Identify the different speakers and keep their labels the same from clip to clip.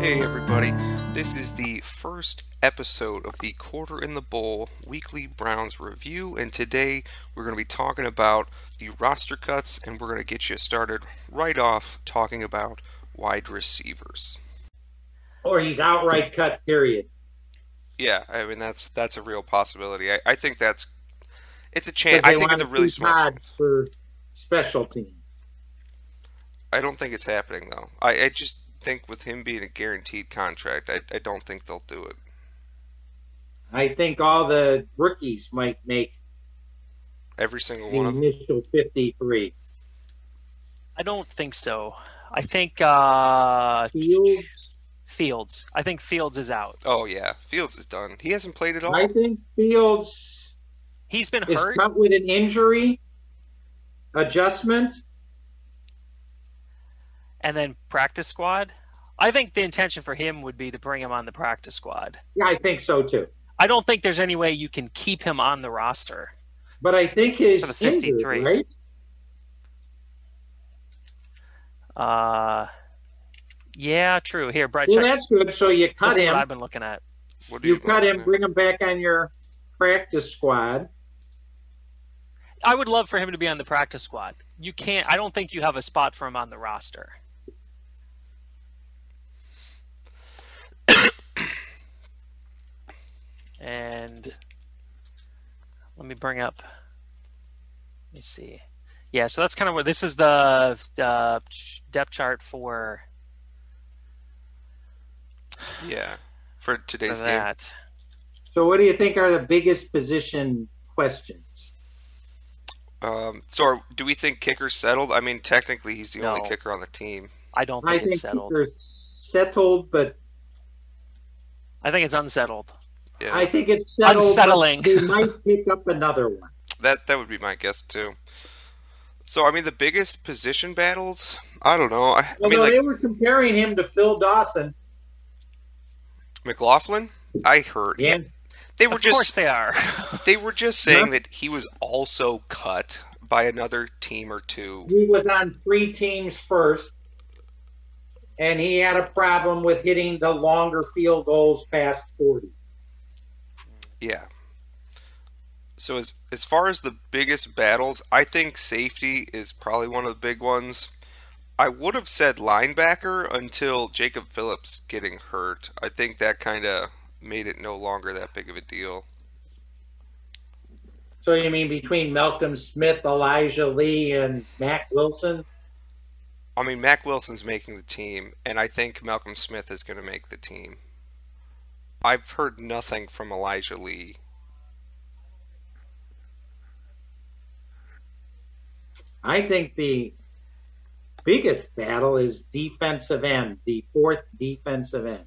Speaker 1: Hey everybody, this is the first episode of the Quarter in the Bowl Weekly Browns Review, and today we're going to be talking about the roster cuts, and we're going to get you started right off talking about wide receivers.
Speaker 2: Or he's outright cut, period.
Speaker 1: Yeah, I mean that's that's a real possibility. I, I think that's it's a chance. I think it's a really small chance.
Speaker 2: for special teams.
Speaker 1: I don't think it's happening though. I, I just think with him being a guaranteed contract, I, I don't think they'll do it.
Speaker 2: I think all the rookies might make
Speaker 1: Every single
Speaker 2: the
Speaker 1: one of them.
Speaker 2: initial 53.
Speaker 3: I don't think so. I think uh,
Speaker 2: Fields,
Speaker 3: Fields. I think Fields is out.
Speaker 1: Oh yeah, Fields is done. He hasn't played at all.
Speaker 2: I think Fields
Speaker 3: He's been
Speaker 2: is
Speaker 3: hurt.
Speaker 2: cut with an injury adjustment.
Speaker 3: and then practice squad. I think the intention for him would be to bring him on the practice squad.
Speaker 2: Yeah, I think so too.
Speaker 3: I don't think there's any way you can keep him on the roster.
Speaker 2: But I think his
Speaker 3: For the 53.
Speaker 2: injured, right?
Speaker 3: Uh, yeah, true. Here, Brett,
Speaker 2: Well,
Speaker 3: check.
Speaker 2: that's good. So you
Speaker 3: This
Speaker 2: cut
Speaker 3: is what
Speaker 2: him.
Speaker 3: I've been looking at.
Speaker 1: What do
Speaker 2: You cut him,
Speaker 1: man?
Speaker 2: bring him back on your practice squad.
Speaker 3: I would love for him to be on the practice squad. You can't. I don't think you have a spot for him on the roster. and let me bring up. Let me see. Yeah, so that's kind of where this is the uh, depth chart for,
Speaker 1: Yeah, for
Speaker 3: for
Speaker 1: today's game.
Speaker 3: that.
Speaker 2: So what do you think are the biggest position questions?
Speaker 1: Um, so are, do we think kicker's settled? I mean, technically, he's the only
Speaker 3: No.
Speaker 1: kicker on the team.
Speaker 3: I don't
Speaker 2: I
Speaker 3: think
Speaker 2: think
Speaker 3: it's settled.
Speaker 2: they're settled, but
Speaker 3: I think it's unsettled.
Speaker 1: Yeah,
Speaker 2: I think it's settled. but
Speaker 3: Unsettling.
Speaker 2: They might pick up another one.
Speaker 1: that that would be my guess too. So I mean, the biggest position battles. I don't know. I, I
Speaker 2: Although
Speaker 1: mean, like
Speaker 2: they were comparing him to Phil Dawson.
Speaker 1: McLaughlin. I heard. Yeah,
Speaker 2: And
Speaker 1: they were
Speaker 3: Of course
Speaker 1: just
Speaker 3: they are.
Speaker 1: they were just saying that he was also cut by another team or two.
Speaker 2: he was on three teams first, and he had a problem with hitting the longer field goals past 40.
Speaker 1: Yeah. So as as far as the biggest battles, I think safety is probably one of the big ones. I would have said linebacker until Jacob Phillips getting hurt. I think that kind of made it no longer that big of a deal.
Speaker 2: So you mean between Malcolm Smith, Elijah Lee, and Mac Wilson?
Speaker 1: I mean, Mac Wilson's making the team, and I think Malcolm Smith is going to make the team. I've heard nothing from Elijah Lee.
Speaker 2: I think the biggest battle is defensive end, the fourth defensive end.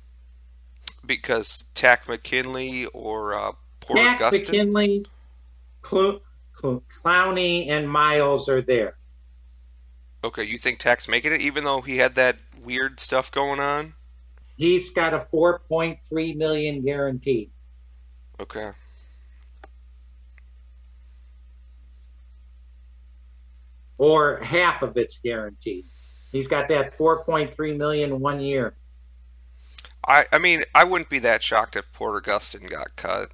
Speaker 1: because Tack McKinley or uh, Port
Speaker 2: Mac
Speaker 1: Augustine.
Speaker 2: McKinley, Clo- Clo- Clowney, and Miles are there.
Speaker 1: okay, you think Tack's making it, even though he had that weird stuff going on?
Speaker 2: He's got a 4.3 million guarantee.
Speaker 1: Okay.
Speaker 2: or half of it's guaranteed. He's got that 4.3 million in one year.
Speaker 1: I, I mean, I wouldn't be that shocked if Port Augustine got cut.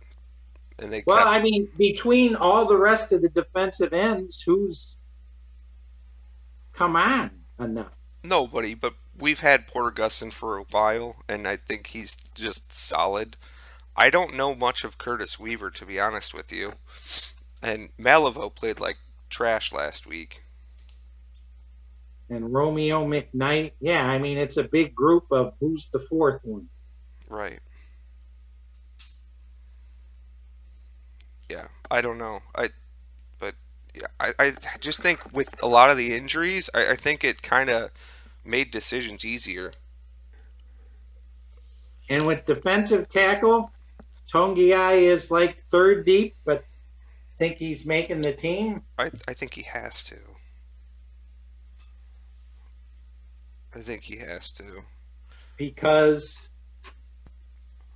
Speaker 1: And they
Speaker 2: Well,
Speaker 1: cut.
Speaker 2: I mean, between all the rest of the defensive ends, who's come on enough?
Speaker 1: Nobody, but we've had Port Augustine for a while, and I think he's just solid. I don't know much of Curtis Weaver, to be honest with you. And Malivo played like trash last week.
Speaker 2: And Romeo McKnight, yeah, I mean, it's a big group of who's the fourth one.
Speaker 1: Right. Yeah, I don't know. I, but yeah, I, I just think with a lot of the injuries, I, I think it kind of made decisions easier.
Speaker 2: And with defensive tackle, Tongiai is like third deep, but think he's making the team.
Speaker 1: I, I think he has to. I think he has to.
Speaker 2: Because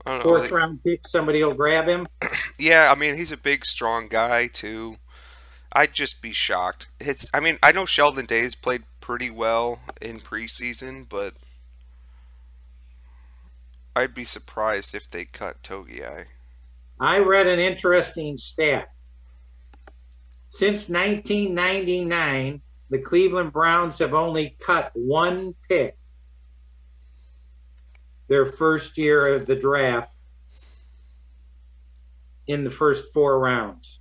Speaker 1: I don't know.
Speaker 2: fourth
Speaker 1: like-
Speaker 2: round pick, somebody will grab him.
Speaker 1: yeah, I mean, he's a big, strong guy too. I'd just be shocked. It's. I mean, I know Sheldon Days played pretty well in preseason, but I'd be surprised if they cut Togiai.
Speaker 2: I read an interesting stat. Since 1999, the Cleveland Browns have only cut one pick their first year of the draft in the first four rounds.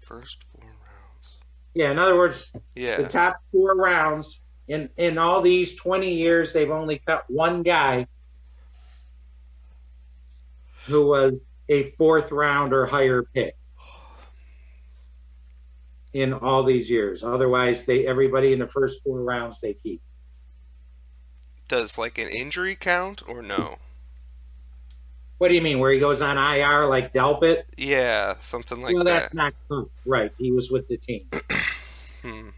Speaker 1: First four rounds.
Speaker 2: Yeah, in other words, the
Speaker 1: Yeah.
Speaker 2: top four rounds in in all these 20 years they've only cut one guy who was a fourth round or higher pick in all these years otherwise they everybody in the first four rounds they keep
Speaker 1: Does like an injury count or no?
Speaker 2: what do you mean where he goes on ir like delpit
Speaker 1: Yeah, something like
Speaker 2: well
Speaker 1: that.
Speaker 2: that's not true. right he was with the team
Speaker 1: Hmm.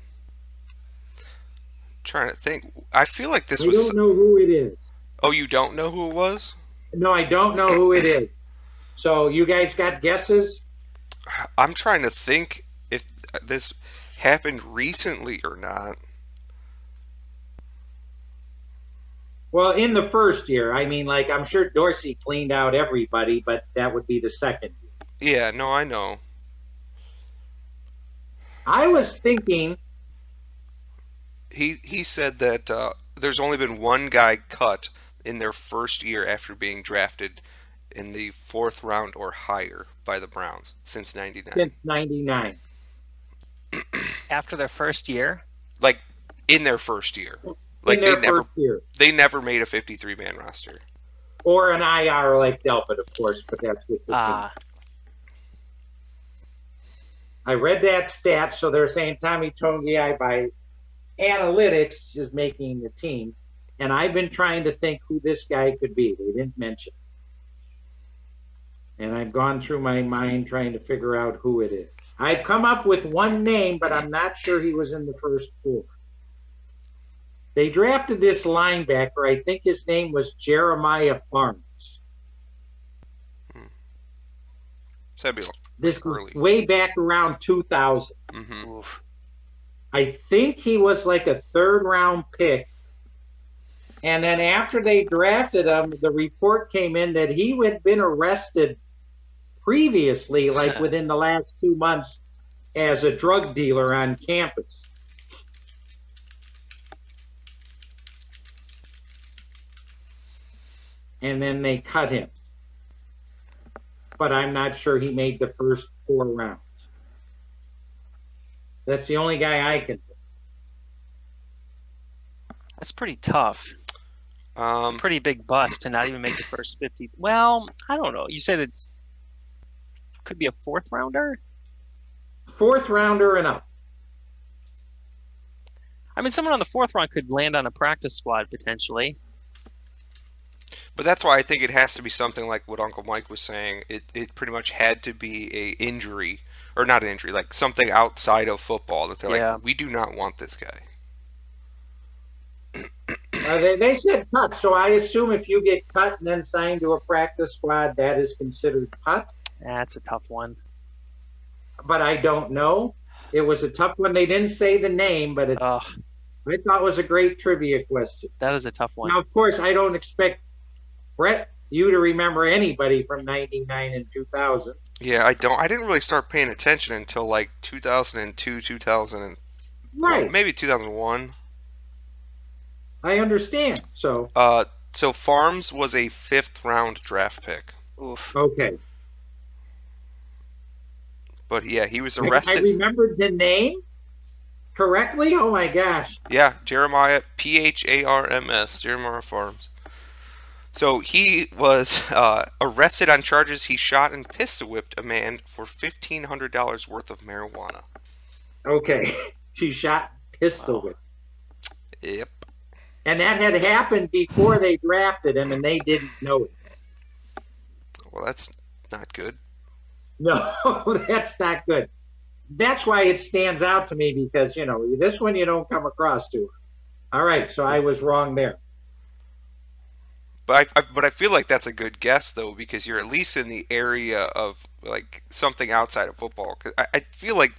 Speaker 1: Trying to think. I feel like this
Speaker 2: i
Speaker 1: was.
Speaker 2: don't know who it is
Speaker 1: Oh, you don't know who it was?
Speaker 2: no i don't know who it is so you guys got guesses
Speaker 1: I'm trying to think if this happened recently or not.
Speaker 2: Well, in the first year, I mean, like I'm sure Dorsey cleaned out everybody, but that would be the second. year.
Speaker 1: Yeah, no, I know.
Speaker 2: I was thinking,
Speaker 1: He he said that uh, there's only been one guy cut in their first year after being drafted in the fourth round or higher by the Browns since '99.
Speaker 2: since '99,
Speaker 3: After their first year,
Speaker 1: Like in their first year, like
Speaker 2: in their
Speaker 1: they never
Speaker 2: first year,
Speaker 1: they never made a 53 man roster.
Speaker 2: or an IR like Delpit, of course, but that's with the team.
Speaker 3: ah,
Speaker 2: I read that stat, so they're saying Tommy Tongiai by analytics is making the team, and I've been trying to think who this guy could be. They didn't mention, and I've gone through my mind trying to figure out who it is. I've come up with one name, but I'm not sure he was in the first four. They drafted this linebacker. I think his name was Jeremiah Farms.
Speaker 1: So that'd
Speaker 2: This
Speaker 1: Early.
Speaker 2: is way back around 2000.
Speaker 1: be. hmm
Speaker 3: oof.
Speaker 2: I think he was like a third round pick. And then after they drafted him, the report came in that he had been arrested previously, like within the last two months, as a drug dealer on campus. And then they cut him. But I'm not sure he made the first four rounds. That's the only guy I can
Speaker 3: that's pretty tough. It's
Speaker 1: Um,
Speaker 3: a pretty big bust to not even make the first fifty. Well, I don't know. You said it's could be a fourth rounder.
Speaker 2: fourth rounder and up.
Speaker 3: I mean, someone on the fourth round could land on a practice squad potentially.
Speaker 1: But that's why I think it has to be something like what Uncle Mike was saying. It it pretty much had to be a injury or not an injury, like something outside of football that they're
Speaker 3: Yeah.
Speaker 1: like, we do not want this guy.
Speaker 2: Uh, they, they said cut, so I assume if you get cut and then signed to a practice squad, that is considered cut.
Speaker 3: That's a tough one.
Speaker 2: But I don't know. It was a tough one. They didn't say the name, but it,
Speaker 3: Oh,
Speaker 2: I thought it was a great trivia question.
Speaker 3: that is a tough one.
Speaker 2: Now, of course, I don't expect Brett you to remember anybody from '99 and 2000.
Speaker 1: Yeah, I don't. I didn't really start paying attention until like 2002, 2000, and well,
Speaker 2: Right,
Speaker 1: maybe 2001.
Speaker 2: I understand. So
Speaker 1: Uh, so Farms was a fifth round draft pick,
Speaker 3: Oof.
Speaker 2: okay,
Speaker 1: but yeah, he was
Speaker 2: I, I
Speaker 1: arrested.
Speaker 2: remembered the name correctly. Oh my gosh.
Speaker 1: Yeah, Jeremiah P H A R M S, Jeremiah Farms. So he was uh, arrested on charges he shot and pistol whipped a man for fifteen hundred dollars worth of marijuana.
Speaker 2: Okay. She shot pistol
Speaker 3: Wow.
Speaker 2: with.
Speaker 1: Yep.
Speaker 2: And that had happened before they drafted him and they didn't know it.
Speaker 1: Well, that's not good.
Speaker 2: No, that's not good. That's why it stands out to me because, you know, this one you don't come across to. All right, so I was wrong there.
Speaker 1: But I, I but I feel like that's a good guess though because you're at least in the area of like something outside of football. 'Cause I, I feel like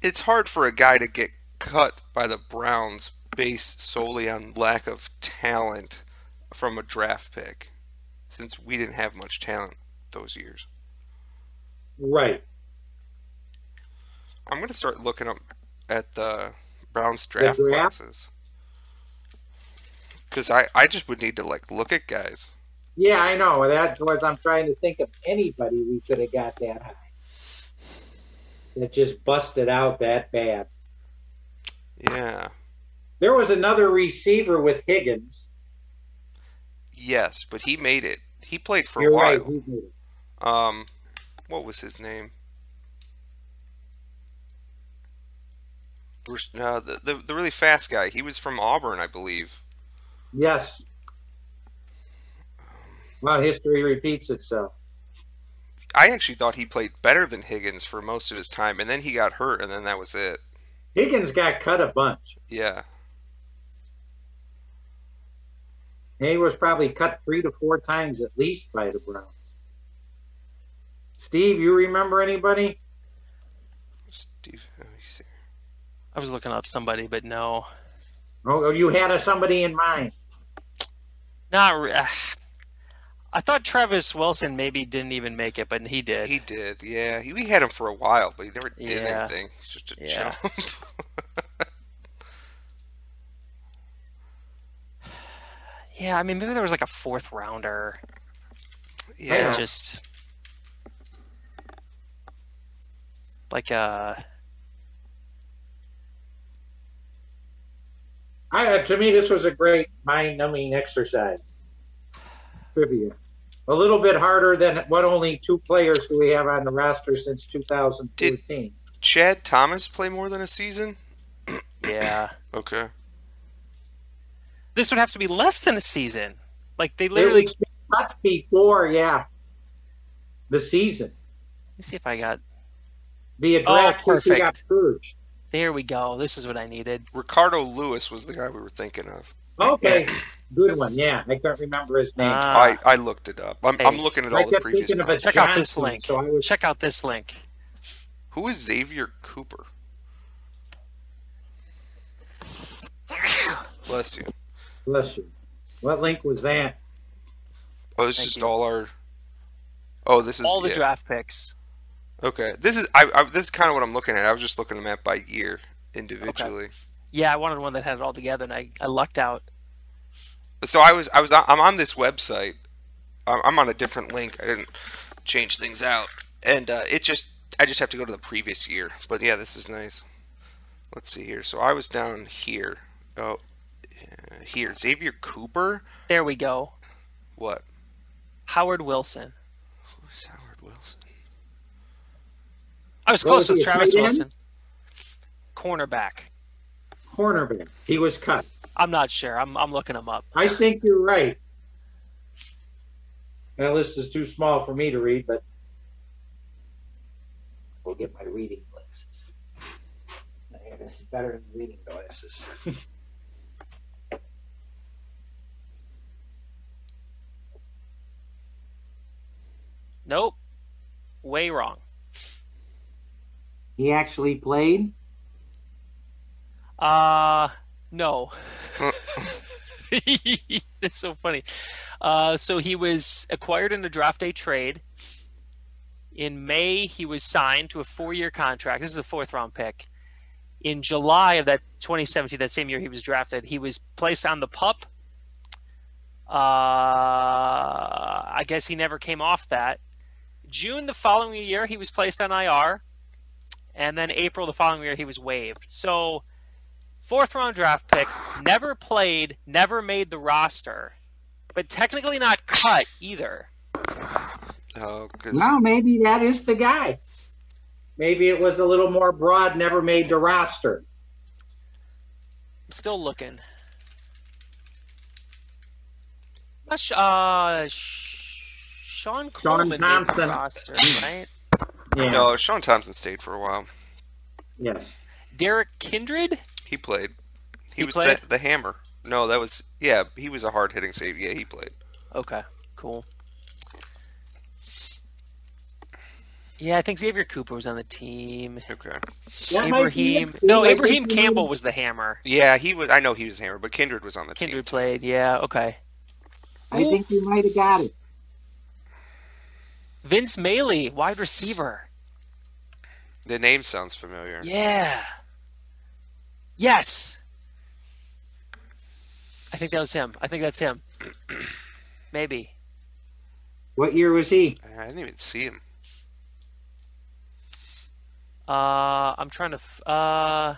Speaker 1: it's hard for a guy to get cut by the Browns based solely on lack of talent. from a draft pick since we didn't have much talent those years.
Speaker 2: Right.
Speaker 1: I'm going to start looking up at the Browns draft,
Speaker 2: draft?
Speaker 1: classes. Because I, I just would need to like look at guys.
Speaker 2: Yeah, I know. That was I'm trying to think of anybody we could have got that high. That just busted out that bad.
Speaker 1: Yeah.
Speaker 2: There was another receiver with Higgins.
Speaker 1: Yes, but he made it. He played for
Speaker 2: You're
Speaker 1: a while.
Speaker 2: right. He did.
Speaker 1: Um, what was his name? Bruce, no, the, the the really fast guy. He was from Auburn, I believe.
Speaker 2: Yes. Well, history repeats itself.
Speaker 1: I actually thought he played better than Higgins for most of his time, and then he got hurt, and then that was it.
Speaker 2: Higgins got cut a bunch.
Speaker 1: Yeah,
Speaker 2: He was probably cut three to four times at least by the Browns. Steve, you remember anybody?
Speaker 1: Steve. let me see.
Speaker 3: I was looking up somebody, but no,
Speaker 2: Oh, you had a- somebody in mind.
Speaker 3: not. Re- ah. I thought Travis Wilson maybe didn't even make it, but he did.
Speaker 1: He did. Yeah, he, we had him for a while, but he never did
Speaker 3: Yeah.
Speaker 1: anything. He's just a
Speaker 3: Yeah.
Speaker 1: chump.
Speaker 3: yeah, I mean maybe there was like a fourth rounder.
Speaker 1: yeah.
Speaker 3: Yeah. Just like uh
Speaker 2: I, uh, to me, this was a great mind-numbing exercise. Trivia. A little bit harder than what only two players do we have on the roster since 2014.
Speaker 1: Chad Thomas play more than a season?
Speaker 3: yeah.
Speaker 1: Okay.
Speaker 3: this would have to be less than a season. Like they
Speaker 2: They were
Speaker 3: literally. Let
Speaker 2: cut before, yeah, the season.
Speaker 3: me see if I got.
Speaker 2: Via
Speaker 3: Oh,
Speaker 2: draft, pick, we got
Speaker 3: perfect.
Speaker 2: purged.
Speaker 3: There we go. This is what I needed.
Speaker 1: Ricardo Lewis was the guy we were thinking of.
Speaker 2: Okay, good one. Yeah, I can't remember his name.
Speaker 3: Ah,
Speaker 1: I, I looked it up. I'm, I'm
Speaker 3: Hey.
Speaker 1: looking at
Speaker 2: I
Speaker 1: all the
Speaker 2: kept
Speaker 1: previous.
Speaker 2: thinking of a
Speaker 1: rounds.
Speaker 3: check out this
Speaker 2: Johnson,
Speaker 3: link.
Speaker 2: So I was
Speaker 3: check out this link.
Speaker 1: Who is Xavier Cooper? Bless you.
Speaker 2: bless you. What link was that?
Speaker 1: Oh, this is
Speaker 3: Thank
Speaker 1: just
Speaker 3: you.
Speaker 1: all our. Oh, this is
Speaker 3: All the
Speaker 1: it.
Speaker 3: draft picks.
Speaker 1: Okay, this is I, I this is kind of what I'm looking at. I was just looking them at by year individually.
Speaker 3: Yeah, I wanted one that had it all together, and I, I lucked out.
Speaker 1: So I was I was I'm on this website. I'm I'm on a different link. I didn't change things out, and uh, it just I just have to go to the previous year. But yeah, this is nice. Let's see here. So I was down here. Oh, uh, here Xavier Cooper.
Speaker 3: There we go.
Speaker 1: What?
Speaker 3: Howard Wilson.
Speaker 1: Who's Howard Wilson?
Speaker 3: I was
Speaker 2: What
Speaker 3: close
Speaker 2: was
Speaker 3: with
Speaker 2: he, a
Speaker 3: Travis
Speaker 2: tight end?
Speaker 3: Wilson. Cornerback.
Speaker 2: Cornerback. He was cut.
Speaker 3: I'm not sure. I'm I'm looking him up.
Speaker 2: I think you're right. That list is too small for me to read, but we'll get my reading glasses. Yeah, this is better than reading glasses.
Speaker 3: Nope. Way wrong.
Speaker 2: He actually played.
Speaker 3: Uh no. That's so funny. Uh, so he was acquired in a draft day trade. In May, he was signed to a four-year contract. This is a fourth-round pick. In July of that 2017, that same year he was drafted, he was placed on the pup. Uh, I guess he never came off that. June the following year, he was placed on IR, and then April the following year, he was waived. So fourth round draft pick, never played, never made the roster, but technically not cut either.
Speaker 1: Oh, 'cause-
Speaker 2: Well, maybe that is the guy. Maybe it was a little more broad, never made the roster.
Speaker 3: I'm still looking. Not sh- uh, sh- Sean Coleman made the
Speaker 2: Thompson.
Speaker 3: roster, right?
Speaker 2: Yeah.
Speaker 1: no, Sean Thompson stayed for a while.
Speaker 2: Yes.
Speaker 3: Derek Kindred?
Speaker 1: He played. He,
Speaker 3: He
Speaker 1: was
Speaker 3: played?
Speaker 1: The, the hammer. No, that was yeah. He was a hard hitting save. Yeah, he played.
Speaker 3: Okay, cool. Yeah, I think Xavier Cooper was on the team.
Speaker 1: Okay.
Speaker 2: That might be
Speaker 3: Abraham.
Speaker 2: it.
Speaker 3: No,
Speaker 2: I think
Speaker 3: Abraham
Speaker 2: he
Speaker 3: Campbell
Speaker 2: made-
Speaker 3: was the hammer.
Speaker 1: Yeah, he was. I know he was hammer, but Kindred was on the team.
Speaker 3: Kindred played, yeah, okay.
Speaker 2: I think you might have got it.
Speaker 3: Vince Maley, wide receiver.
Speaker 1: The name sounds familiar.
Speaker 3: Yeah. Yes. I think that was him. I think that's him. Maybe.
Speaker 2: What year was he?
Speaker 1: I didn't even see him.
Speaker 3: Uh, I'm trying to. F- uh,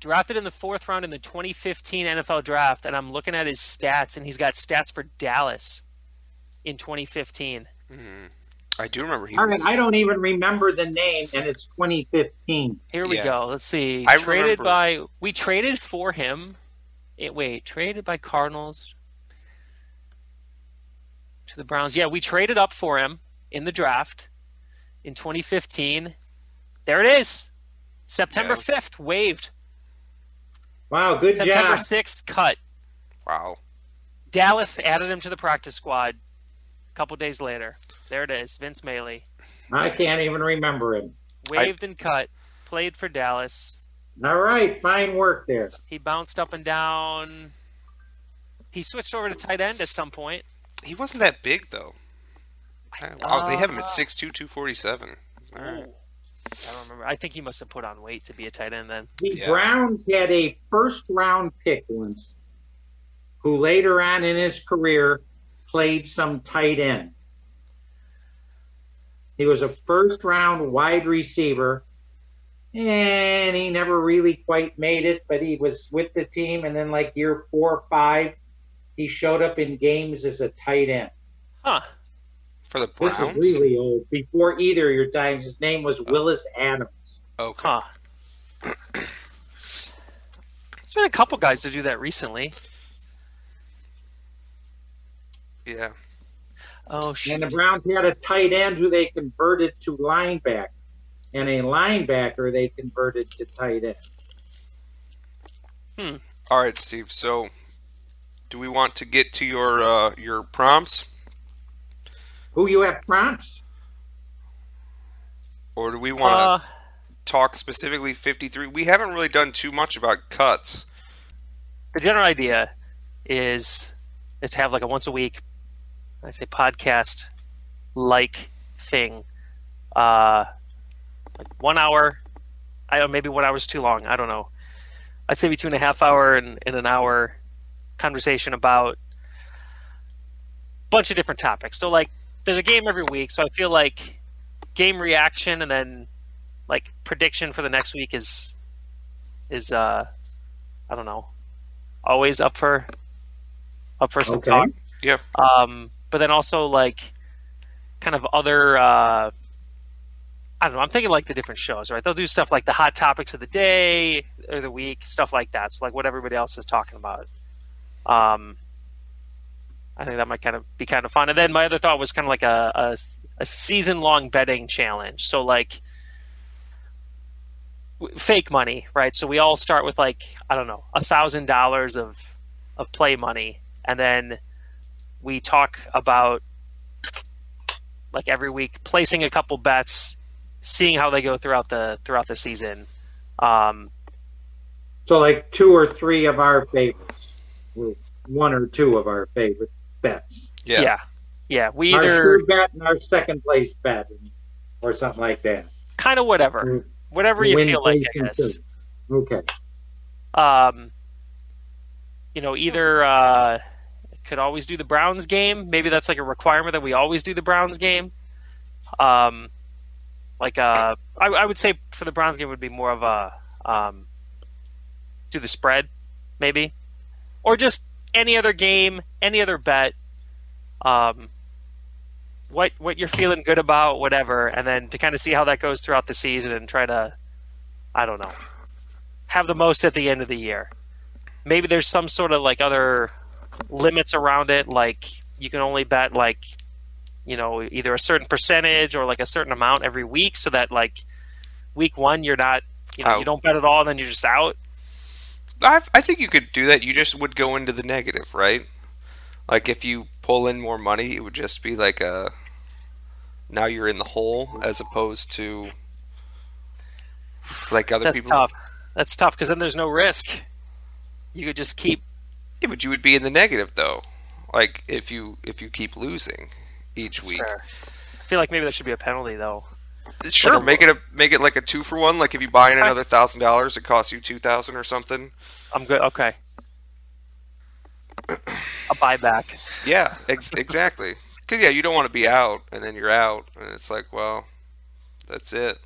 Speaker 3: drafted in the fourth round in the 2015 NFL draft, and I'm looking at his stats, and he's got stats for Dallas in 2015.
Speaker 1: Mm. I do remember he
Speaker 2: All right,
Speaker 1: was.
Speaker 2: I don't even remember the name, and it's 2015.
Speaker 3: Here we
Speaker 1: Yeah.
Speaker 3: go. Let's see.
Speaker 1: I
Speaker 3: traded
Speaker 1: remember.
Speaker 3: by we traded for him. It, wait, traded by Cardinals to the Browns. Yeah, we traded up for him in the draft in 2015. There it is. September
Speaker 1: Yeah.
Speaker 3: 5th waived.
Speaker 2: Wow, good
Speaker 3: September
Speaker 2: job.
Speaker 3: 6th cut.
Speaker 1: wow.
Speaker 3: Dallas added him to the practice squad a couple days later. There it is. Vince Maley
Speaker 2: I can't even remember him.
Speaker 3: waived and cut. Played for Dallas.
Speaker 2: All right, fine work there.
Speaker 3: He bounced up and down. He switched over to tight end at some point.
Speaker 1: He wasn't that big, though. Wow, they have him
Speaker 3: Uh,
Speaker 1: at 6'2, 247. All
Speaker 3: Ooh. I
Speaker 1: right.
Speaker 3: don't remember. I think he must have put on weight to be a tight end then.
Speaker 2: The
Speaker 1: Yeah.
Speaker 2: Browns had a first round pick once, who later on in his career played some tight end. He was a first round wide receiver, and he never really quite made it, but he was with the team. And then, like year four or five, he showed up in games as a tight end.
Speaker 3: Huh.
Speaker 1: For the
Speaker 2: This
Speaker 1: Browns? Oh.
Speaker 2: is really old. Before either of your times, his name was Willis Adams.
Speaker 1: okay.
Speaker 3: Huh. There's been a couple guys to do that recently.
Speaker 1: Yeah.
Speaker 3: Oh
Speaker 2: And the
Speaker 3: shit.
Speaker 2: Browns had a tight end who they converted to linebacker, and a linebacker they converted to tight end.
Speaker 1: All right, Steve. So, do we want to get to your uh, your prompts,
Speaker 2: Who you have prompts?
Speaker 1: or do we want to
Speaker 3: Uh,
Speaker 1: talk specifically 53? We haven't really done too much about cuts.
Speaker 3: the general idea is is to have like a once a week I say podcast like thing. Uh like one hour I don't maybe one hour is too long, I don't know. I'd say between a half hour and, and an hour conversation about bunch of different topics. So like there's a game every week, so I feel like game reaction and then like prediction for the next week is is uh I don't know always up for up for some
Speaker 2: Okay.
Speaker 3: talk.
Speaker 1: Yeah.
Speaker 3: Um, but then also like kind of other uh, I don't know. I'm thinking like the different shows, right? They'll do stuff like the hot topics of the day or the week, stuff like that. So like what everybody else is talking about. Um, I think that might kind of be kind of fun. And then my other thought was kind of like a a, a season long betting challenge. So like w- fake money, right? So we all start with like I don't know a thousand dollars of of play money, and then we talk about like every week placing a couple bets, seeing how they go throughout the throughout the season. Um,
Speaker 2: So like two or three of our favorites, Well, one or two of our favorite bets.
Speaker 1: Yeah.
Speaker 3: yeah, yeah. We
Speaker 2: Our
Speaker 3: either
Speaker 2: sure bet and our second place bet, or something like that.
Speaker 3: kind of whatever,
Speaker 2: Or
Speaker 3: whatever you
Speaker 2: win
Speaker 3: feel like,
Speaker 2: place
Speaker 3: I
Speaker 2: and
Speaker 3: guess.
Speaker 2: third. Okay.
Speaker 3: um, you know, either uh, could always do the Browns game. Maybe that's like a requirement that we always do the Browns game. Um, like uh, I, I would say for the Browns game would be more of a um, do the spread, maybe, or just any other game, any other bet. Um, what what you're feeling good about, whatever, and then to kind of see how that goes throughout the season and try to, I don't know, have the most at the end of the year. Maybe there's some sort of like other limits around it, like you can only bet like you know either a certain percentage or like a certain amount every week, so that like week one you're not you know you
Speaker 1: Out.
Speaker 3: don't bet at all, and then you're just out.
Speaker 1: I I think you could do that. You just would go into the negative, right? Like if you pull in more money, it would just be like a now you're in the hole as opposed to like other
Speaker 3: That's
Speaker 1: people.
Speaker 3: tough. That's tough because then there's no risk. You could just keep
Speaker 1: Yeah, but you would be in the negative though. Like if you if you keep losing each
Speaker 3: That's
Speaker 1: week.
Speaker 3: fair. I feel like maybe there should be a penalty though.
Speaker 1: Sure,
Speaker 3: Like a-
Speaker 1: make it a make it like a two for one. Like if you buy in another thousand dollars, it costs you two thousand or something.
Speaker 3: I'm good. Okay. A buyback.
Speaker 1: Yeah, ex- exactly. Because yeah, you don't want to be out, and then you're out, and it's like, well, that's it.